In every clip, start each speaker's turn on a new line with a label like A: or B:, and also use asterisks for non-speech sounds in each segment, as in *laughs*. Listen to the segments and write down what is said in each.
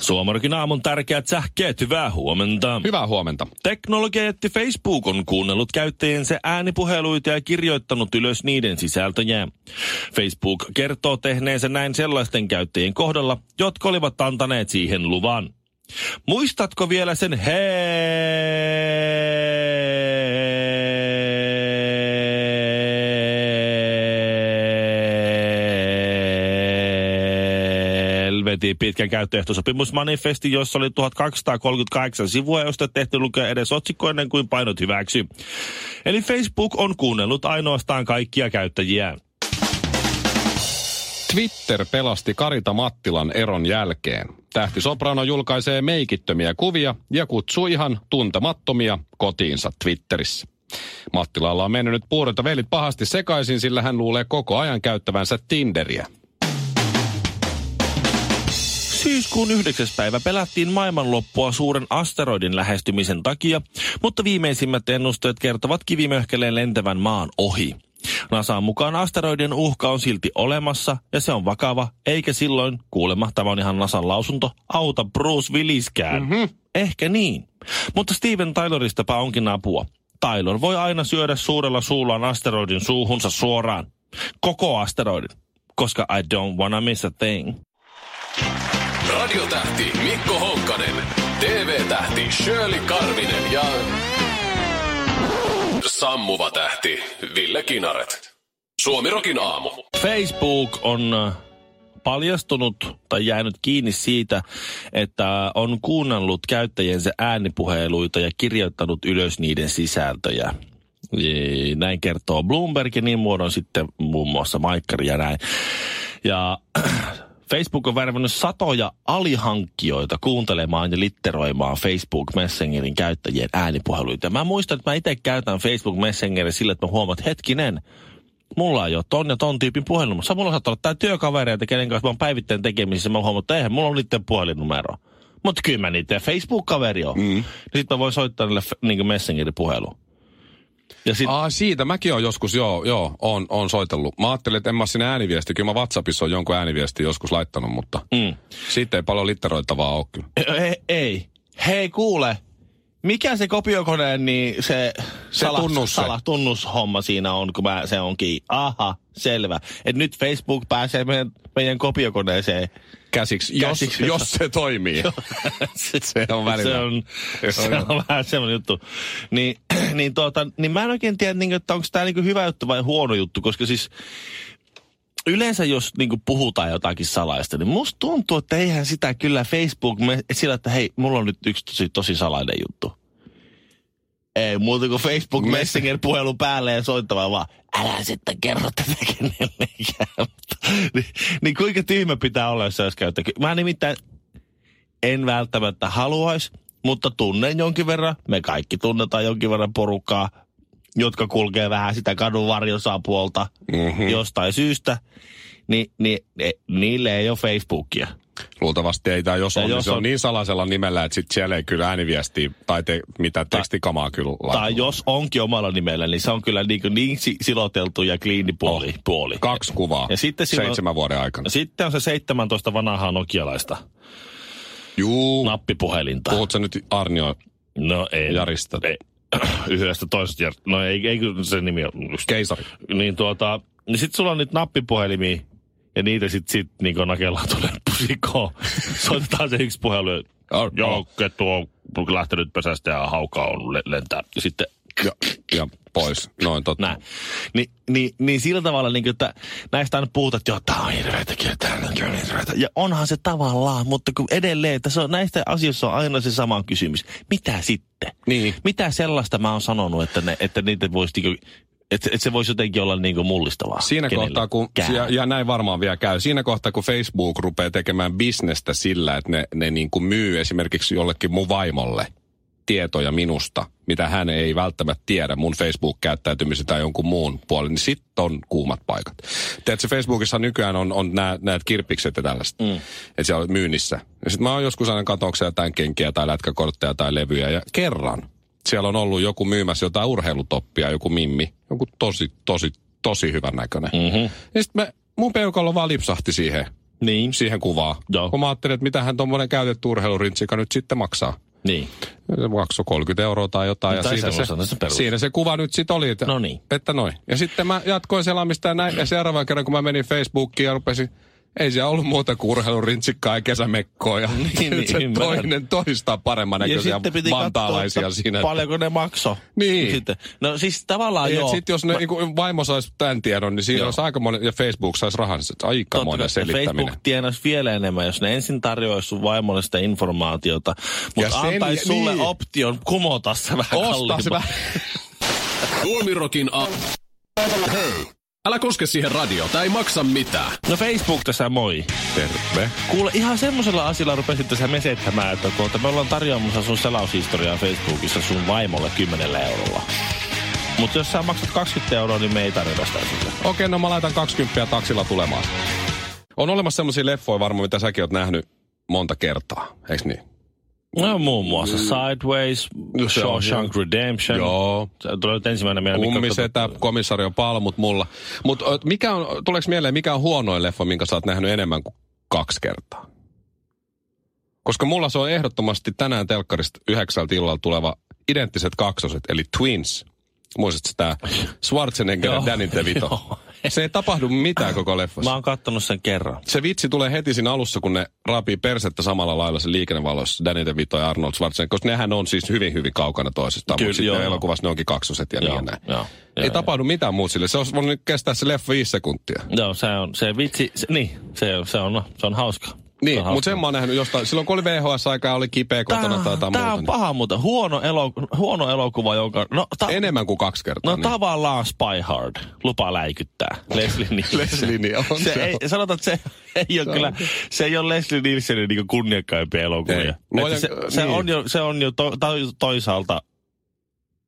A: Suomarkin aamun tärkeät sähkeet, hyvää huomenta.
B: Hyvää huomenta.
A: Teknologiajätti Facebook on kuunnellut käyttäjensä äänipuheluita ja kirjoittanut ylös niiden sisältöjä. Facebook kertoo tehneensä näin sellaisten käyttäjien kohdalla, jotka olivat antaneet siihen luvan. Muistatko vielä sen helvetin pitkän käyttöehtosopimusmanifesti, jossa oli 1238 sivua, josta tehty lukea edes otsikko ennen kuin painot hyväksy. Eli Facebook on kuunnellut ainoastaan kaikkia käyttäjiä.
B: Twitter pelasti Karita Mattilan eron jälkeen. Tähti Soprano julkaisee meikittömiä kuvia ja kutsuu ihan tuntemattomia kotiinsa Twitterissä. Mattilalla on mennyt puuret ja velit pahasti sekaisin, sillä hän luulee koko ajan käyttävänsä Tinderiä.
A: Syyskuun 9. päivä pelättiin maailmanloppua suuren asteroidin lähestymisen takia, mutta viimeisimmät ennusteet kertovat kivimöhkeleen lentävän maan ohi. NASAn mukaan asteroidin uhka on silti olemassa ja se on vakava, eikä silloin, kuulemma, tämä on ihan NASAn lausunto, auta Bruce Williskään. Mm-hmm. Ehkä niin. Mutta Steven Tayloristapa onkin apua. Taylor voi aina syödä suurella suullaan asteroidin suuhunsa suoraan. Koko asteroidin. Koska I don't wanna miss a thing.
C: Radiotähti Mikko Honkanen, TV-tähti Shirley Karvinen ja sammuva tähti Ville Kinaret. Suomirokin aamu.
A: Facebook on äh, paljastunut tai jäänyt kiinni siitä, että on kuunnellut käyttäjensä äänipuheluita ja kirjoittanut ylös niiden sisältöjä. Ee, Näin kertoo Bloomberg ja niin muodon sitten muun muassa Maikkari ja näin. Ja *clears throat* Facebook on värvännyt satoja alihankkijoita kuuntelemaan ja litteroimaan Facebook Messengerin käyttäjien äänipuheluita. Mä muistan, että mä itse käytän Facebook Messengerin sillä, että mä huomaan, että hetkinen, mulla ei ole ton ja ton tyypin puhelin, mutta mulla saattaa olla tää työkavereita, kenen kanssa mä oon päivittäin tekemisissä, mä huomaan, että eihän mulla ole niiden puhelinnumero. Mutta kyllä mä niiden Facebook-kaveri on. Mm. Sitten mä voin soittaa niille niin Messengerin puhelu. Ja sit,
B: Aa, Ah, siitä mäkin on joskus, joo, joo, on, on soitellut. Mä ajattelin, että en mä ole sinne ääniviesti. Kyllä mä WhatsAppissa on jonkun ääniviesti joskus laittanut, mutta
A: Mm.
B: siitä ei paljon litteroitavaa ole kyllä.
A: ei, ei. Hei kuule, mikä se kopiokoneen, niin se,
B: Se tunnus se.
A: sala, tunnushomma siinä on, kun mä, se onkin, aha, selvä. Et nyt Facebook pääsee meidän, meidän kopiokoneeseen.
B: Käsiksi, jos,
A: Käsiksi.
B: jos se toimii. *laughs*
A: se
B: on välillä.
A: Se on, se on vähän semmoinen juttu. Niin, *clears throat* niin, tuota, niin mä en oikein tiedä, niin, että onko tämä niin hyvä juttu vai huono juttu, koska siis yleensä jos niin puhutaan jotakin salaista, niin musta tuntuu, että eihän sitä kyllä Facebook, me, sillä että hei, mulla on nyt yksi tosi, tosi salainen juttu. Ei muuta kuin Facebook
B: Mes-
A: Messenger puhelu päälle ja soittamaan vaan, älä sitten kerro tätä kenellekään. *laughs* niin, niin kuinka tyhmä pitää olla, jos se olisi käyttö. Mä nimittäin en välttämättä haluaisi, mutta tunnen jonkin verran. Me kaikki tunnetaan jonkin verran porukkaa, jotka kulkee vähän sitä kadun varjosapuolta mm-hmm. jostain syystä. Ni, ni, ne, niille ei ole Facebookia.
B: Luultavasti ei tämä, jos
A: Ja
B: on, niin
A: jos
B: se on
A: on-
B: niin salaisella nimellä, että sit siellä ei kyllä ääniviestiä tai te, mitä tekstikamaa kyllä laiteta.
A: Tai jos onkin omalla nimellä, niin se on kyllä niin, niin si- siloteltu ja kliinipuoli. Oh. Puoli.
B: Kaksi kuvaa
A: Ja sitten silloin-
B: seitsemän vuoden aikana.
A: No Sitten on se 17 vanhaa nokialaista
B: Juu,
A: nappipuhelinta.
B: puhut sä nyt Arnio
A: No ei.
B: Jarista?
A: Ei. *clears throat* Yhdestä toisesta. Jar- No ei, ei kyllä se nimi on. just-
B: Keisari.
A: Niin tuota, niin sit sulla on nyt nappipuhelimia. Ja niitä sit, sit niinku nakellaan tuonne *laughs* pusikoon. Soitetaan se yksi puhelu.
B: Ar-
A: Joo, kettu on lähtenyt pesästä ja hauka on le- lentää. Ja sitten
B: Ja, ja pois. Noin totta.
A: näin. Ni, niin, niin sillä tavalla, niin kuin, että näistä aina puhutaan, että joo, tää on hirveetä, kyllä tää on kyllä niin hirveetä. Ja onhan se tavallaan, mutta kun edelleen, että se on, näistä asioissa on aina se sama kysymys. Mitä sitten?
B: Niin.
A: Mitä sellaista mä oon sanonut, että, ne, että niitä voisi, niin kuin, että, että se voisi jotenkin olla niin kuin mullistavaa?
B: Siinä kohtaa, kun,
A: kenellekään?
B: ja, ja näin varmaan vielä käy, siinä kohtaa, kun Facebook rupeaa tekemään bisnestä sillä, että ne, ne niin kuin myy esimerkiksi jollekin mun vaimolle tietoja minusta, mitä hän ei välttämättä tiedä mun Facebook-käyttäytymisen tai jonkun muun puolen, niin sitten on kuumat paikat. Tiedätkö, Facebookissa nykyään on, on näitä kirpikset ja tällaista, mm. että siellä on myynnissä. Ja sitten mä oon joskus aina katoksia jotain kenkiä tai lätkäkortteja tai levyjä ja kerran siellä on ollut joku myymässä jotain urheilutoppia, joku mimmi, joku tosi, tosi, tosi hyvän näköinen. Mm-hmm. Ja sitten mun peukalo vaan lipsahti siihen,
A: Niin,
B: siihen kuvaan.
A: Joo.
B: Kun mä ajattelin, että mitähän tuommoinen käytetty urheilurintsikka nyt sitten maksaa.
A: niin.
B: Se maksoi 30 euroa tai jotain.
A: No tai
B: ja
A: semmoisena
B: siinä
A: se
B: se,
A: perus.
B: siinä se kuva nyt sitten oli. Että,
A: No niin.
B: Että noin. Ja sitten mä jatkoin selaamista ja näin. Ja seuraavan kerran, kun mä menin Facebookiin ja rupesin, ei siellä ollut muuta kuin urheilurintsikkaa ja kesämekkoa. Ja
A: *laughs* Niin, niin,
B: se
A: ymmärrän.
B: toinen toistaa paremman
A: Ja
B: näköisiä
A: sitten piti katsoa,
B: vantaalaisia
A: että
B: siinä.
A: paljonko ne makso.
B: Niin.
A: Sitten. No siis tavallaan joo.
B: Sitten jos ne, niin kuin vaimo saisi tämän tiedon, niin siinä
A: Joo.
B: olisi aikamoinen, ja Facebook saisi rahansa, että
A: Totta kai,
B: aikamoinen selittäminen.
A: Facebook tienaisi vielä enemmän, jos ne ensin tarjoaisi sun vaimolle sitä informaatiota,
B: Ja
A: mutta
B: sen
A: antaisi
B: jä-
A: sulle
B: niin.
A: option kumota se vähän
B: Ostaa se
A: kalliimpaa.
B: vähän.
C: Tuomirokin a... Hei! Älä koske siihen radio, tää ei maksa mitään.
A: No Facebook tässä moi.
B: Terve.
A: Kuule, ihan semmoisella asialla rupesit tässä mesettämään, että tuota, me ollaan tarjoamassa sun selaushistoriaa Facebookissa sun vaimolle 10 eurolla. Mutta jos sä maksat 20 euroa, niin me ei tarjota sitä sulle.
B: Okei, no mä laitan 20 taksilla tulemaan. On olemassa semmoisia leffoja varmaan, mitä säkin oot nähnyt monta kertaa, eiks niin?
A: No muun muassa Sideways,
B: No Mm. se on,
A: Shawshank Redemption.
B: Joo.
A: Se tulee nyt ensimmäinen meidän
B: Kummisetä, komissario palmut mulla. Mutta mikä on, tuleeko mieleen, mikä on huonoin leffa, minkä sä oot nähnyt enemmän kuin kaksi kertaa? Koska mulla se on ehdottomasti tänään telkkarista yhdeksältä illalla tuleva identtiset kaksoset, eli Twins. Muistatko tämä
A: *laughs*
B: Schwarzenegger ja
A: Joo. *laughs*
B: Danny DeVito?
A: Joo.
B: se ei tapahdu mitään koko leffassa.
A: Mä oon kattonut sen kerran.
B: se vitsi tulee heti siinä alussa, kun ne raapii persettä samalla lailla se liikennevalossa, Danny DeVito ja Arnold Schwarzenegger, koska nehän on siis hyvin, hyvin kaukana toisistaan,
A: Kyllä,
B: mutta sitten
A: joo.
B: elokuvassa ne onkin kaksoset ja niin ja
A: Joo,
B: näin.
A: joo,
B: Ei
A: joo,
B: tapahdu mitään muuta sille. Se olisi voinut nyt kestää se leffa viisi sekuntia.
A: Joo, se on, se vitsi, se, niin, se, se on, se on hauska. se on
B: Niin, mutta
A: hauska.
B: sen mä oon nähnyt jostain. Silloin kun oli VHS-aikaa, oli kipeä kotona tai jotain
A: tää
B: muuta.
A: on
B: niin
A: paha muuten. Huono, elo, huono elokuva, jonka... No, ta,
B: Enemmän kuin kaksi kertaa.
A: no
B: niin.
A: tavallaan Spy Hard. Lupa läikyttää. Leslie Nielsen.
B: Leslie Nielsen.
A: Se ei, sanotaan, että se ei ole kyllä, se ei ole Leslie Nielsenin niin kunniakkaimpia elokuvia.
B: Ei.
A: Että
B: Luojan-
A: se, se,
B: niin.
A: on jo, se on jo to, to, toisaalta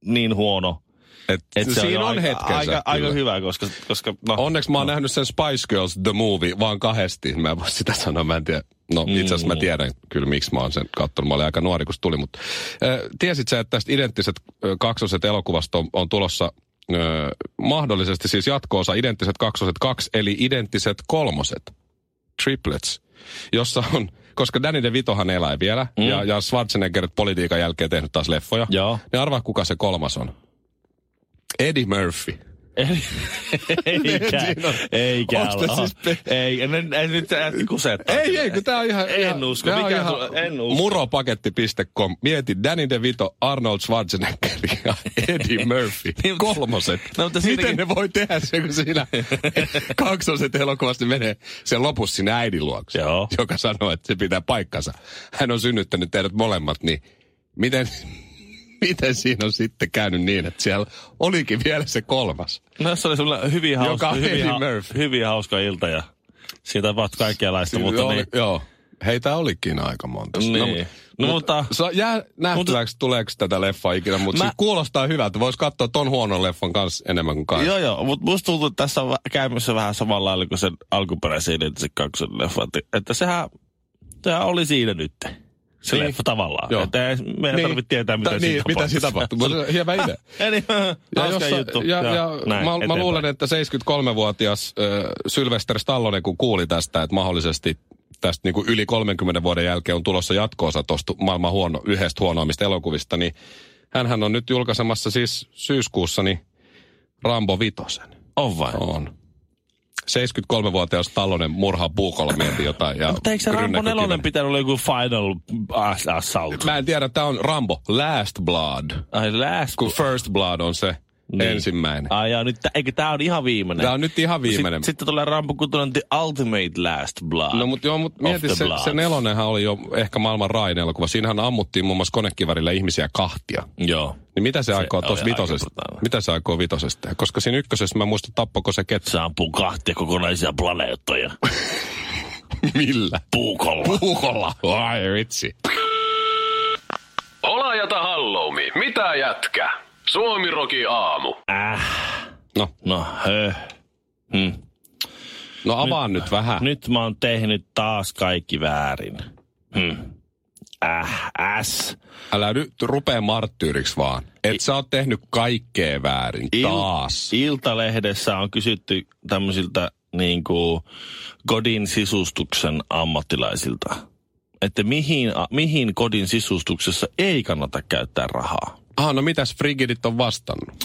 A: niin huono,
B: Et,
A: että se
B: siinä
A: on,
B: on,
A: jo aika,
B: hetkensä.
A: aika, aika
B: kyllä.
A: hyvä, koska, koska no,
B: Onneksi mä oon nähnyt sen Spice Girls The Movie vaan kahdesti. Mä en voi sitä sanoa, mä en tiedä. No itse asiassa
A: Mm.
B: mä tiedän kyllä, miksi mä oon sen katsonut. Mä olin aika nuori, kun se tuli, mutta äh, tiesit sä, että tästä identtiset äh, kaksoset elokuvasta on, on tulossa äh, mahdollisesti siis jatkoosa identtiset kaksoset kaksi, eli identtiset kolmoset, triplets, jossa on koska Danny DeVitohan elää vielä, mm. ja, ja Schwarzenegger politiikan jälkeen tehnyt taas leffoja.
A: Joo.
B: Niin arvaa, kuka se kolmas on. Eddie Murphy.
A: eikä,
B: Niin, siinä on.
A: eikä
B: Onks tää
A: ole.
B: siis pe-
A: Ei, en, en, en nyt äsken kusettaa.
B: Ei, ei, kun tää on ihan...
A: En
B: ihan,
A: usko,
B: tää on
A: mikä su- en usko.
B: Muropaketti.com. Mieti Danny DeVito, Arnold Schwarzenegger
A: *laughs*
B: ja Eddie Murphy.
A: Niin, mutta-
B: Kolmoset.
A: No, mutta
B: Miten
A: siitäkin-
B: ne voi tehdä se, kun siinä
A: *laughs*
B: kaksoset elokuvasti menee sen lopussa sinne äidin luokse,
A: Joo.
B: joka sanoo, että se pitää paikkansa. Hän on synnyttänyt teidät molemmat, niin miten, *laughs* miten siinä on sitten käynyt niin, että siellä olikin vielä se kolmas?
A: No se oli sulla hyvin
B: Joka
A: hauska,
B: on
A: hyvin,
B: Eddie
A: ha-
B: Murphy.
A: hyvin hauska ilta ja siitä tapahtui kaikenlaista, mutta
B: joo,
A: niin.
B: joo. Heitä olikin aika monta.
A: niin. No, no, mutta,
B: Sa, jää nähtäväksi, tuleeko tätä leffaa ikinä, mutta
A: Mä-
B: mä... kuulostaa hyvältä. Voisi katsoa ton huonon leffan kanssa enemmän kuin kanssa.
A: joo joo, mutta musta tuntuu, että tässä on vä- käymässä vähän samalla lailla kuin sen alkuperäisen identisen kaksonen leffa. Että, että sehän, sehän oli siinä nyt. Se
B: Niin.
A: niin. leffa tavallaan.
B: Joo.
A: Että ei meidän niin. tarvitse tietää, mitä
B: Ta-
A: siinä
B: niin, mitä siinä tapahtuu. Mutta hievä idea.
A: *laughs* Eli
B: Ja,
A: hauska
B: jossa-
A: juttu.
B: ja, ja, ja
A: näin,
B: mä, mä
A: eteenpäin.
B: luulen, että 73-vuotias äh, Sylvester Stallone, kun kuuli tästä, että mahdollisesti tästä niin kuin yli 30 vuoden jälkeen on tulossa jatkoosa tuosta maailman huono, yhdestä huonoimmista elokuvista, niin hänhän on nyt julkaisemassa siis syyskuussa niin Rambo Vitosen.
A: On vai?
B: On. 73-vuotias Tallonen murha puukolla mieti jotain. Ja
A: Mutta eikö se Rambo
B: rynnäkkökiven.
A: nelonen pitänyt olla joku final ass- assault?
B: Mä en tiedä, tää on Rambo Last Blood.
A: Ai last.
B: Kun First Blood on se niin. ensimmäinen.
A: Ai jaa, nyt, tä- eikö tää on ihan viimeinen?
B: Tää on nyt ihan viimeinen.
A: Sitten, sitten tulee Rambo Kutunen The Ultimate Last Blood.
B: No mutta joo, mut
A: Of
B: mieti,
A: the
B: se,
A: Bloods.
B: se nelonenhan oli jo ehkä maailman rain elokuva. Siinähän ammuttiin muun muassa konekivärillä ihmisiä kahtia.
A: Joo.
B: Niin mitä se, se aikoo
A: oli
B: tuossa
A: aika
B: vitosesta?
A: brutaali.
B: Mitä se aikoo vitosesta? tehdä? Koska siinä ykkösessä mä muistan, tappoko se ketään
A: Se ampuu kahtia kokonaisia planeettoja.
B: millä.
A: Puukolla.
B: Puukolla. Ai vitsi.
C: Ola ja hallo. Mitä jätkä? Suomiroki aamu.
B: No,
A: No, höh. Mm.
B: no avaa nyt, nyt vähän. Nyt.
A: Nyt mä oon tehnyt taas kaikki väärin. Hmm. Äh, äs.
B: Älä nyt rupee marttyyriksi vaan. Et sä oot tehnyt kaikkea väärin.
A: Il-
B: Taas.
A: Iltalehdessä on kysytty tämmöisiltä niin kuin kodin sisustuksen ammattilaisilta, että mihin, a- mihin kodin sisustuksessa ei kannata käyttää rahaa.
B: Ah, no mitäs frigidit on vastannut?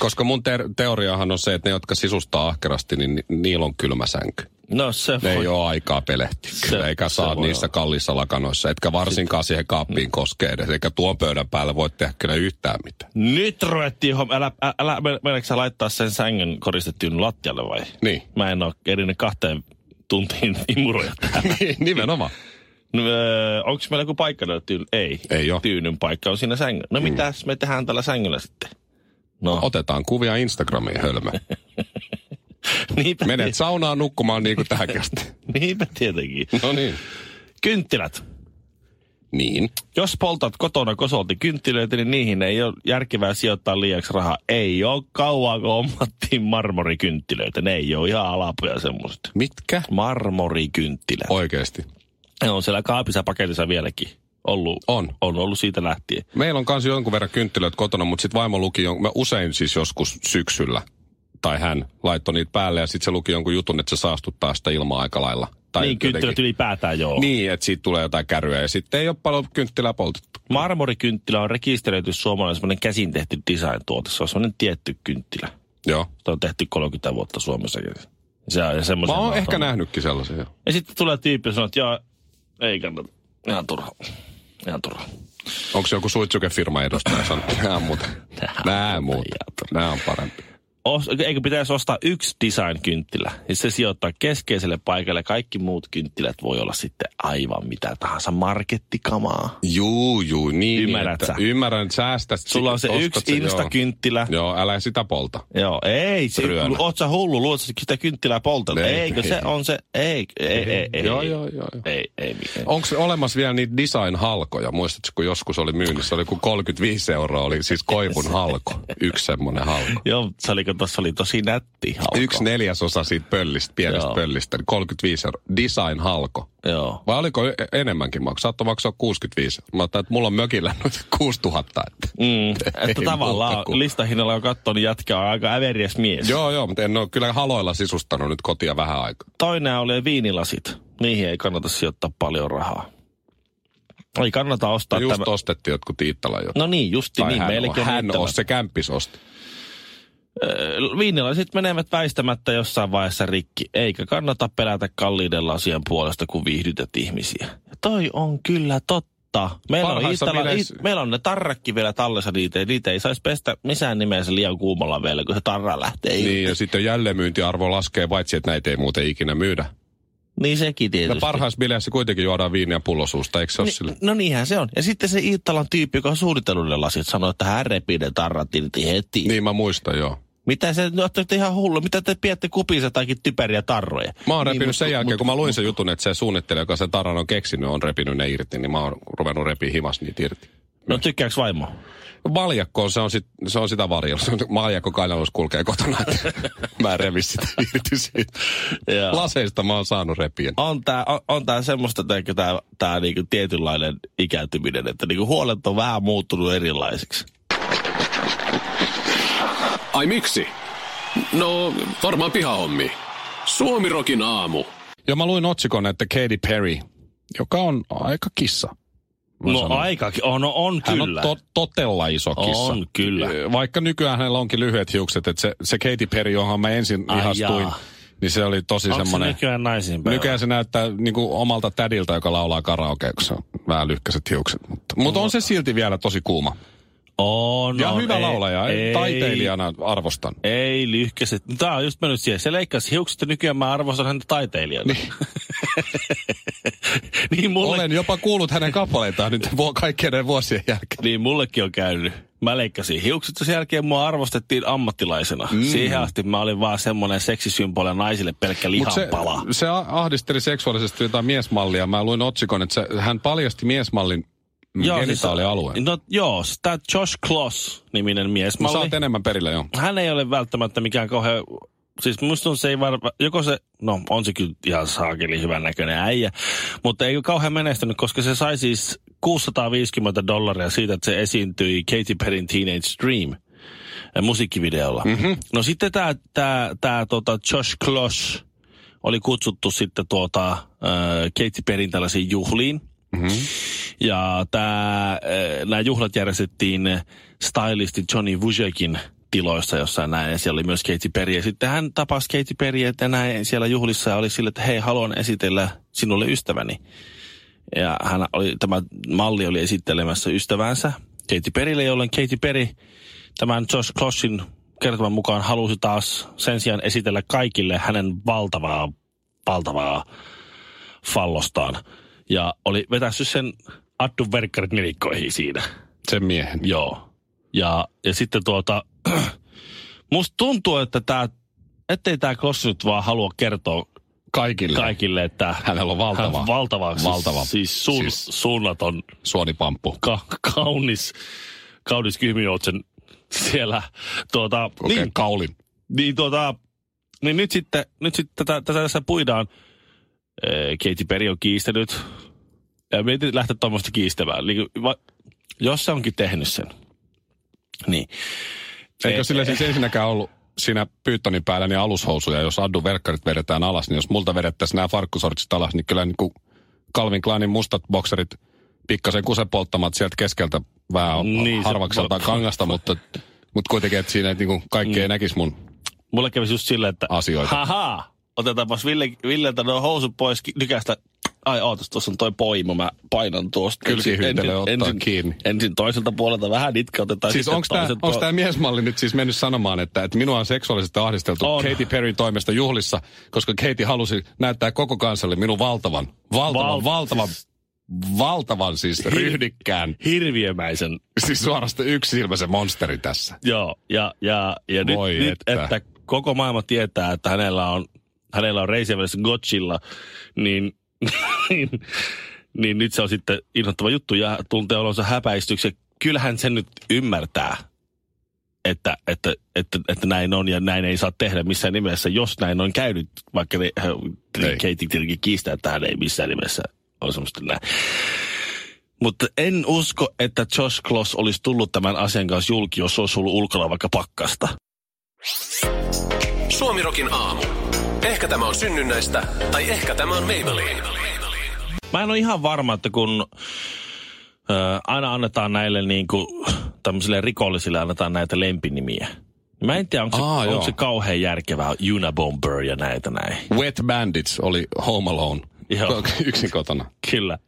B: Koska mun ter- teoriahan on se, että ne, jotka sisustaa ahkerasti, niin ni- niillä on kylmä sänky.
A: No se
B: Ne ei
A: voi.
B: ole aikaa pelehtiä.
A: Se-
B: Se, eikä
A: se
B: saa
A: voi
B: niissä
A: olla. Mm.
B: kallissa lakanoissa, etkä varsinkaan siihen kaappiin koskee edes. Eikä tuon pöydän päällä voi tehdä kyllä yhtään mitään.
A: Nyt ruvettiin homma. Älä, älä, älä men- meneekö sä laittaa sen sängyn koristettyyn lattialle vai?
B: Niin.
A: Mä en ole erinyt kahteen tuntiin *laughs* imuroja täällä.
B: Niin, *laughs* Nimenomaan.
A: No, Onko meillä joku paikka löytyy? Ei.
B: Ei oo.
A: Tyynyn paikka on siinä sängyllä. No mitäs me tehdään tällä sängyllä sitten? No,
B: *laughs* Otetaan kuvia Instagramiin, hölmö.
A: *laughs* niinpä,
B: Menet saunaan nukkumaan niin kuin tähänkin asti.
A: niinpä tietenkin.
B: *laughs* No niin.
A: Kynttilät.
B: Niin.
A: Jos poltat kotona kosolti kynttilöitä, niin niihin ei ole järkevää sijoittaa liiaksi rahaa. Ei ole kauaa, kun hommattiin marmorikynttilöitä. Ne ei ole ihan alapuja semmoista.
B: Mitkä?
A: Marmorikynttilät.
B: Oikeesti.
A: Ne on siellä kaapissa paketissa vieläkin ollut.
B: On.
A: On ollut siitä lähtien.
B: Meillä on kanssa jonkun verran kynttilöitä kotona, mutta sitten vaimo luki, jon- mä usein siis joskus syksyllä, tai hän laittoi niitä päälle ja sitten se luki jonkun jutun, että se saastut päästä ilmaa aika lailla. Tai
A: niin, kynttilät ylipäätään joo.
B: Niin, että siitä tulee jotain käryä ja sitten ei ole paljon kynttilää poltettu.
A: Marmorikynttilä on rekisteröity suomalainen semmoinen käsin tehty design-tuote. Se on semmoinen tietty kynttilä.
B: Joo.
A: Se on tehty 30 vuotta Suomessa. Se on
B: Mä
A: semmoisen
B: oon ehkä nähnytkin sellaisia. joo.
A: Ja sitten tulee tyyppi ja sanoo, että joo, ei kannata. Ihan turha. Ihan turha.
B: Onko se joku suitsukefirma edustaja sanonut? *laughs* Nää on muuten. Nää on muuten. Nää on parempi.
A: Os, eikö pitäisi ostaa yksi design-kynttilä ja se sijoittaa keskeiselle paikalle. Kaikki muut kynttilät voi olla sitten aivan mitä tahansa markettikamaa.
B: Juu, juu, niin.
A: Ymmärrät
B: niin, että-
A: sä?
B: Ymmärrän, säästä.
A: Sulla on se
B: ostat
A: yksi Insta-kynttilä. Joo.
B: Joo. joo, älä sitä polta.
A: Joo, ei. Se,
B: Ryönä.
A: oot sä hullu, luot sä sitä kynttilää poltella.
B: Ei,
A: Eikö
B: ei.
A: se on se, ei, ei, ei, ei, ei.
B: Joo, joo, joo, joo.
A: Ei, ei, ei.
B: Onko olemassa vielä niitä design-halkoja? Muistatko, kun joskus oli myynnissä, oli kun 35 euroa, oli siis koivun halko. Yksi semmoinen halko.
A: Joo, se oli, kun tossa oli tosi nätti halko.
B: Yksi neljäsosa siitä pöllistä, pienestä
A: Joo.
B: pöllistä, niin 35 euroa. Design-halko.
A: Joo.
B: Vai oliko e- enemmänkin maksaa? Saattoi maksaa 65. Mä ajattelin, että mulla on mökillä *laughs* noita 6000. Että.
A: Mm, että
B: muuta
A: tavallaan
B: kuin-
A: listahinnalla on katsonut, niin jätkä on aika äveriäs mies.
B: Joo, joo, mutta en ole kyllä haloilla sisustanut nyt kotia vähän aikaa.
A: Toinen oli viinilasit. Niihin ei kannata sijoittaa paljon rahaa. Ei kannata ostaa
B: Just
A: tämä.
B: ostettiin jotkut Iittala jo.
A: No niin, justi
B: Tai
A: niin.
B: hän,
A: Meilläkin
B: on,
A: on,
B: hän
A: niitä-
B: on se kämppis osti.
A: Ö, Viinilasit menevät väistämättä jossain vaiheessa rikki. Eikä kannata pelätä kalliiden lasien puolesta, kun viihdytät ihmisiä. Toi on kyllä totta. Meillä on,
B: Parhaissa
A: Iittala,
B: bileissä-
A: Iit- meillä on ne tarrakki vielä tallessa, niitä, ei- niitä ei saisi pestä missään nimessä liian kuumalla vielä, kun se tarra lähtee irti.
B: Niin, ja sitten jälleenmyyntiarvo laskee, paitsi että näitä ei muuten ikinä myydä.
A: niin sekin
B: No
A: tietysti.
B: parhaissa bileissä kuitenkin juodaan viiniä pullosuusta, eikö se ole sillä?
A: Ni, no niinhän se on. Ja sitten se Iittalan tyyppi, joka on suunnitellut ne lasit, sanoi, että hän repii ne tarrat irti heti.
B: Niin mä muistan, joo.
A: Mitä se, no olette ihan hullu, mitä te pidätte kupinsa jotakin typeriä tarroja?
B: Mä oon
A: Niin,
B: repinyt
A: mut-
B: sen jälkeen,
A: mut-
B: kun mä luin sen jutun, että se suunnittelija, joka sen taran on keksinyt, on repinyt ne irti, niin mä oon ruvennut repiä himas niitä irti.
A: No tykkääks vaimo?
B: Valjakko, se on, sit, se on sitä varjolla. Se on- Valjakko kainalus kulkee kotona.
A: *laughs*
B: mä en revi sitä irti siitä.
A: Joo.
B: Laseista mä oon saanut repien.
A: On tää, on, on tää semmoista, että tää, tää niinku tietynlainen ikääntyminen, että niinku huolet on vähän muuttunut erilaisiksi.
C: Ai miksi? No, varmaan pihahommi. Suomirokin aamu.
B: Ja mä luin otsikon, että Katy Perry, joka on aika kissa. Mä
A: No
B: sanon.
A: aikakin, on, no, on
B: Hän
A: kyllä.
B: on to- totella iso kissa.
A: On, kyllä.
B: Vaikka nykyään hänellä onkin lyhyet hiukset, että se, se Katy Perry, johon mä ensin
A: Ai
B: ihastuin,
A: jaa.
B: niin se oli tosi
A: Onko se
B: semmoinen...
A: nykyään naisiin päivä?
B: Nykyään se näyttää niin kuin omalta tädiltä, joka laulaa karaokea, kun se on vähän lyhkäiset hiukset. Mutta, mutta on se silti vielä tosi kuuma.
A: On,
B: Ja
A: on,
B: hyvä
A: No, ei-
B: laulaja, ei, taiteilijana arvostan.
A: Ei lyhkäset. Tämä on just mennyt siihen. Se leikkasi hiukset ja nykyään mä arvostan häntä taiteilijana. Niin, *laughs* niin, mulle,
B: Olen jopa kuullut hänen kappaleitaan nyt vuo, kaikkien näiden vuosien jälkeen.
A: niin mullekin on käynyt. Mä leikkasin hiukset ja sen jälkeen mua arvostettiin ammattilaisena. Mm. Siihen asti mä olin vaan semmoinen seksisymboli ja naisille pelkkä
B: Mut se,
A: lihanpala. Se...
B: se a- ahdisteli seksuaalisesti jotain miesmallia. Mä luin otsikon, että se, hän paljasti miesmallin
A: Joo,
B: Genitaalialue.
A: No, joo, tämä Josh Kloss-niminen mies.
B: Mä saat enemmän perille jo.
A: hän ei ole välttämättä mikään kauhean... Siis musta se ei varma, joko se, no on se kyllä ihan saakeli hyvän näköinen äijä, mutta ei ole kauhean menestynyt, koska se sai siis 650 dollaria siitä, että se esiintyi Katy Perryn Teenage Dream eh, musiikkivideolla. Mm-hmm. No sitten tämä tää, tää, tota Josh Kloss oli kutsuttu sitten tuota, äh, Katy Perryn tällaisiin juhliin. Ja tää, eh, nämä juhlat järjestettiin eh, stylisti Johnny Vujekin tiloissa jossain näin, ja siellä oli myös Katy Perry. Ja sitten hän tapasi Katy Perryä tänään siellä juhlissa ja oli sille, että hei, haluan esitellä sinulle ystäväni. Ja hän oli, tämä malli oli esittelemässä ystävänsä Katy Perrylle, jolloin Katy Perry tämän Josh Klossin kertoman mukaan halusi taas sen sijaan esitellä kaikille hänen valtavaa, valtavaa fallostaan. Ja oli vetässyt sen Addu Verkkarit nelikkoihin siinä.
B: Sen miehen.
A: Joo. Ja, ja sitten tuota, *clears throat* musta tuntuu, että tää, ettei tää Klossi nyt vaan halua kertoa
B: Kaikille.
A: kaikille, että
B: Hänellä on valtava-
A: hän, valtava,
B: valtava-
A: siis, siis, sun,
B: siis-
A: siis suunnaton
B: Suonipamppu.
A: ka- *laughs* kaunis, kaunis kyhminoutsen siellä. Tuota,
B: Kokee
A: niin,
B: kaulin.
A: niin, tuota, niin nyt sitten, nyt sitten tätä, tätä tässä puidaan. Ee, Katy Perry on kiistänyt. Ja mietin lähteä tuommoista kiistämään. Eli, va, jos se onkin tehnyt sen, niin
B: Eikö
A: Ei-
B: sillä siis ensinnäkään ollut siinä pyyttonin päällä niin alushousuja, jos addu verkkarit vedetään alas, niin jos multa vedettäisiin nämä farkkusortsit alas, niin kyllä niin kuin Calvin Kleinin mustat bokserit pikkasen kusepolttamat sieltä keskeltä vähän
A: Niin,
B: niin,
A: se-
B: harvakselta kangasta, mutta, mutta kuitenkin, että siinä niin kuin kaikki
A: Mm.
B: ei näkisi mun
A: Mulle kävi just silleen, että
B: Asioita.
A: haha, otetaanpas Ville, Villeltä nuo housut pois ki- nykästä. Ai ootas, tuossa on toi poimu, mä painan tuosta.
B: Kylkihyttele ottaa
A: ensin,
B: kiinni.
A: ensin toiselta puolelta vähän nitkä otetaan.
B: Siis
A: sitten
B: onko tämä
A: toisen
B: onks
A: puol-
B: tää miesmalli nyt siis mennyt sanomaan, että, että minua on seksuaalisesti ahdisteltu
A: On.
B: Katy Perryn toimesta juhlissa, koska Katy halusi näyttää koko kansalle minun valtavan, valtavan,
A: Val-
B: Val- valtavan, siis... valtavan siis ryhdikkään,
A: Hirviömäisen,
B: siis suorastaan yksisilmäisen monsteri tässä.
A: joo. Ja, ja, ja nyt,
B: Voi
A: nyt
B: että.
A: että. koko maailma tietää, että hänellä on, hänellä on reisien välissä Godzilla, niin, *laughs* niin, niin nyt se on sitten inhottava juttu ja tuntee olonsa häpäistyksen. Kyllähän sen nyt ymmärtää. että, että, että, että näin on ja näin ei saa tehdä missään nimessä, jos näin on käynyt, vaikka ne, he-
B: Ei.
A: Keiti tietenkin kiistää, että hän ei missään nimessä ole semmoista näin. Mutta en usko, että Josh Kloss olisi tullut tämän asian kanssa julki, jos olisi ollut ulkona vaikka pakkasta.
C: Suomirokin aamu. Ehkä tämä on synnynnäistä, tai ehkä tämä on Maybelline.
A: Mä en ole ihan varma, että kun ö, aina annetaan näille niin kuin, tämmöisille rikollisille annetaan näitä lempinimiä. Mä en tiedä, onko se,
B: Aa, joo.
A: onko se kauhean järkevää Unabomber ja näitä näin.
B: Wet Bandits oli Home Alone.
A: Joo.
B: Yksin kotona. *laughs*
A: Kyllä.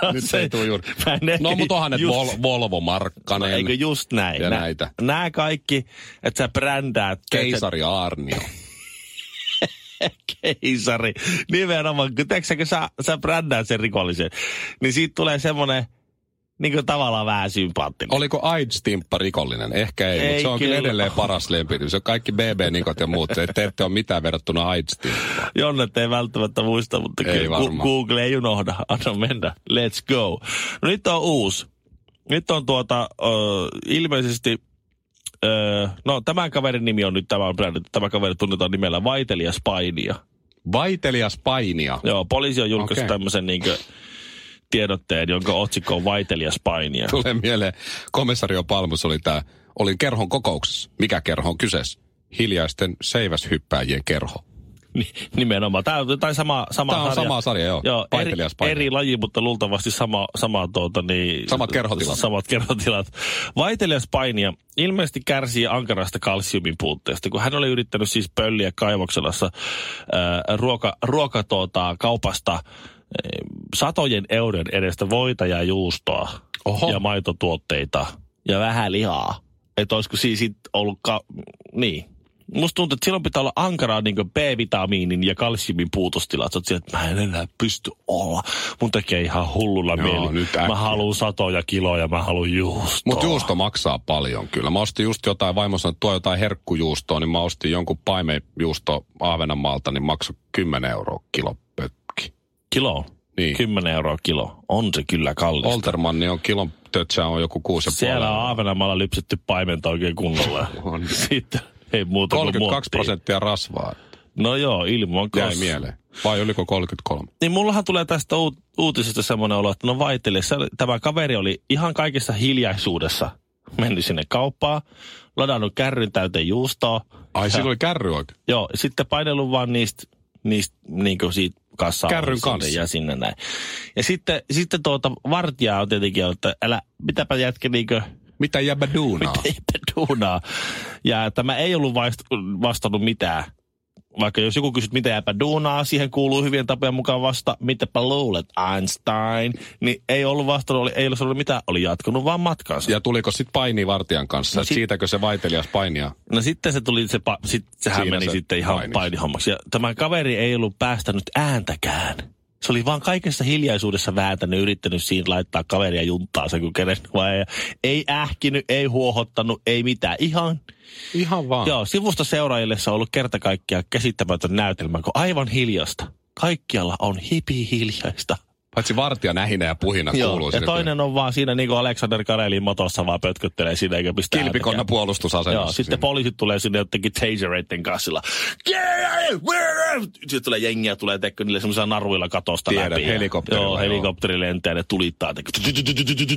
A: no,
B: Nyt se ei tule juuri.
A: Mä en
B: No
A: ehkä-
B: mutta onhan ne
A: just-
B: Vol- Volvo Markkanen,
A: Eikö just näin?
B: Ja
A: Nä-
B: näitä.
A: Nämä kaikki, että sä brändäät
B: Keisari Aarnio.
A: keisari. Nimenomaan, kun tiedätkö, sä, kun sä, sä brändäät sen rikollisen, niin siitä tulee semmoinen niin kuin tavallaan vähän sympaattinen.
B: Oliko AIDS-timppa rikollinen? Ehkä ei, ei mutta
A: Ei
B: se on kyllä
A: kyllä.
B: edelleen paras lempinimi. Se on kaikki BB-nikot ja muut. Te, te ette ole mitään verrattuna aids
A: Jonnet ei välttämättä muista, mutta
B: Ei
A: kyllä Gu-
B: varmaan.
A: Google ei unohda. *laughs* Anna mennä. Let's go. No nyt on uusi. Nyt on tuota, ö, ilmeisesti, ö, no tämän kaverin nimi on nyt, tämä on bränditty, tämä kaveri tunnetaan nimellä Vaitelija Spainia.
B: Vaitelias painia.
A: Joo, poliisi on julkaissut
B: Okei.
A: okay. tämmöisen niinkö tiedotteen, jonka otsikko on Vaitelija Spainia.
B: Tulee mieleen, komisario Palmus oli tää, olin kerhon kokouksessa. Mikä kerho on kyseessä? Hiljaisten seiväshyppääjien kerho.
A: *laughs* Ni- Nimenomaan. Tämä on tai sama, sama
B: Tää on
A: sarja.
B: sama sarja, joo.
A: joo eri,
B: Vaitelija Spainia.
A: eri laji, mutta luultavasti sama, sama tuota, niin,
B: Samat kerhotilat.
A: Samat kerhotilat. Vaitelija Spainia ilmeisesti kärsii ankarasta kalsiumin puutteesta, kun hän oli yrittänyt siis pölliä kaivokselassa äh, ruoka, ruoka tuota, kaupasta äh, satojen euron edestä voita ja juustoa
B: Oho.
A: ja maitotuotteita ja vähän lihaa. Että olisiko siis sit ollut, ka- niin. Musta tuntuu, että silloin pitää olla ankaraa niin B-vitamiinin ja kalsiumin puutostila. Sä oot siellä, että mä en enää pysty olla. Mun tekee ihan hulluna
B: Joo,
A: mieli.
B: nyt äkkiä.
A: mä haluan satoja kiloja, mä haluan juustoa.
B: Mutta juusto maksaa paljon kyllä. Mä ostin just jotain, vaimo sanoi, että tuo jotain herkkujuustoa, niin mä ostin jonkun paimejuusto Ahvenanmaalta, niin maksoi 10 euroa kilo pötki.
A: Kilo.
B: Niin.
A: 10 euroa kilo. On se kyllä kallista.
B: Oltermanni on kilon tötsä on joku kuusi ja
A: Siellä on
B: puoli.
A: Aavenamaalla lypsetty paimenta oikein kunnolla.
B: *laughs* On.
A: Sitten ei muuta kuin
B: 32
A: muottiin.
B: prosenttia rasvaa.
A: No joo, ilman
B: Jäi
A: kas.
B: mieleen. Vai oliko 33?
A: Niin mullahan tulee tästä uut- uutisesta semmoinen olo, että no vaihtele, se oli- tämä kaveri oli ihan kaikessa hiljaisuudessa mennyt sinne kauppaan, ladannut kärryn täyteen juustoa.
B: Ai,
A: Ja-
B: sillä oli kärry oikein.
A: Joo, sitten painellut vaan niistä, niistä niin kuin siitä kassaa.
B: Kärryn
A: sinne
B: kanssa.
A: Ja sinne näin. Ja sitten, sitten tuota vartijaa on tietenkin ollut, että älä, mitäpä jätkä niinkö
B: Mitä jäbä duunaa?
A: teipä duunaa. Ja tämä ei ollut vaist- vastannut mitään. Vaikka jos joku kysyt, mitä jääpä duunaa, siihen kuuluu hyvien tapojen mukaan vasta, mitäpä luulet, Einstein. Niin ei ollut vastannut, oli, ei ollut sanonut mitään, oli jatkunut vaan matkansa. Ja.
B: Ja tuliko sit paini vartijan kanssa?
A: No
B: No
A: sit-
B: Siitäkö se vaitelias painia?
A: No sitten se tuli, se pa- sit, sehän
B: Siinä
A: meni
B: se
A: sitten ihan
B: mainitsi.
A: painihommaksi. Ja tämä kaveri ei ollut päästänyt ääntäkään. Se oli vaan kaikessa hiljaisuudessa vääntänyt, yrittänyt siinä laittaa kaveria juntaa sen, kun keres vai ei. ei ähkinyt, ei huohottanut, ei mitään. Ihan
B: Ihan vaan.
A: Joo, sivusta seuraajille se on ollut kerta kaikkiaan käsittämätön näytelmä, kun aivan hiljasta. Kaikkialla on hipi hiljaista.
B: Paitsi vartija nähinä ja puhina kuuluu
A: ja
B: sinne
A: toinen on vaan siinä niin kuin Alexander Karelin motossa vaan pötköttelee siinä eikä
B: kyllä.
A: pistä
B: Kilpikonna
A: ääntäkään.
B: puolustusasennossa.
A: Joo, sitten
B: siinä.
A: poliisit tulee sinne jotenkin tasereiden kanssa. sillä, "Get out! Where are you?" Sitten tulee jengiä, tulee tekkö niille semmoisella naruilla katosta
B: Tiedän,
A: läpi. ja-
B: helikopterilla,
A: Joo,
B: joo.
A: helikopteri lentää ja ne tulittaa. tekkö.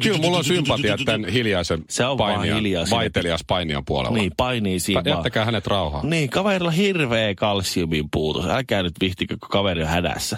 B: Kyllä mulla on sympatia tämän hiljaisen
A: Se on vaan
B: painijan,
A: hiljaa siinä.
B: vaitelias painijan puolella.
A: Niin, painii siinä vaan.
B: Jättäkää hänet rauhaan.
A: Niin, kaverilla hirveä kalsiumin puutos. Älkää nyt vihtikö, kun kaveri on hädässä.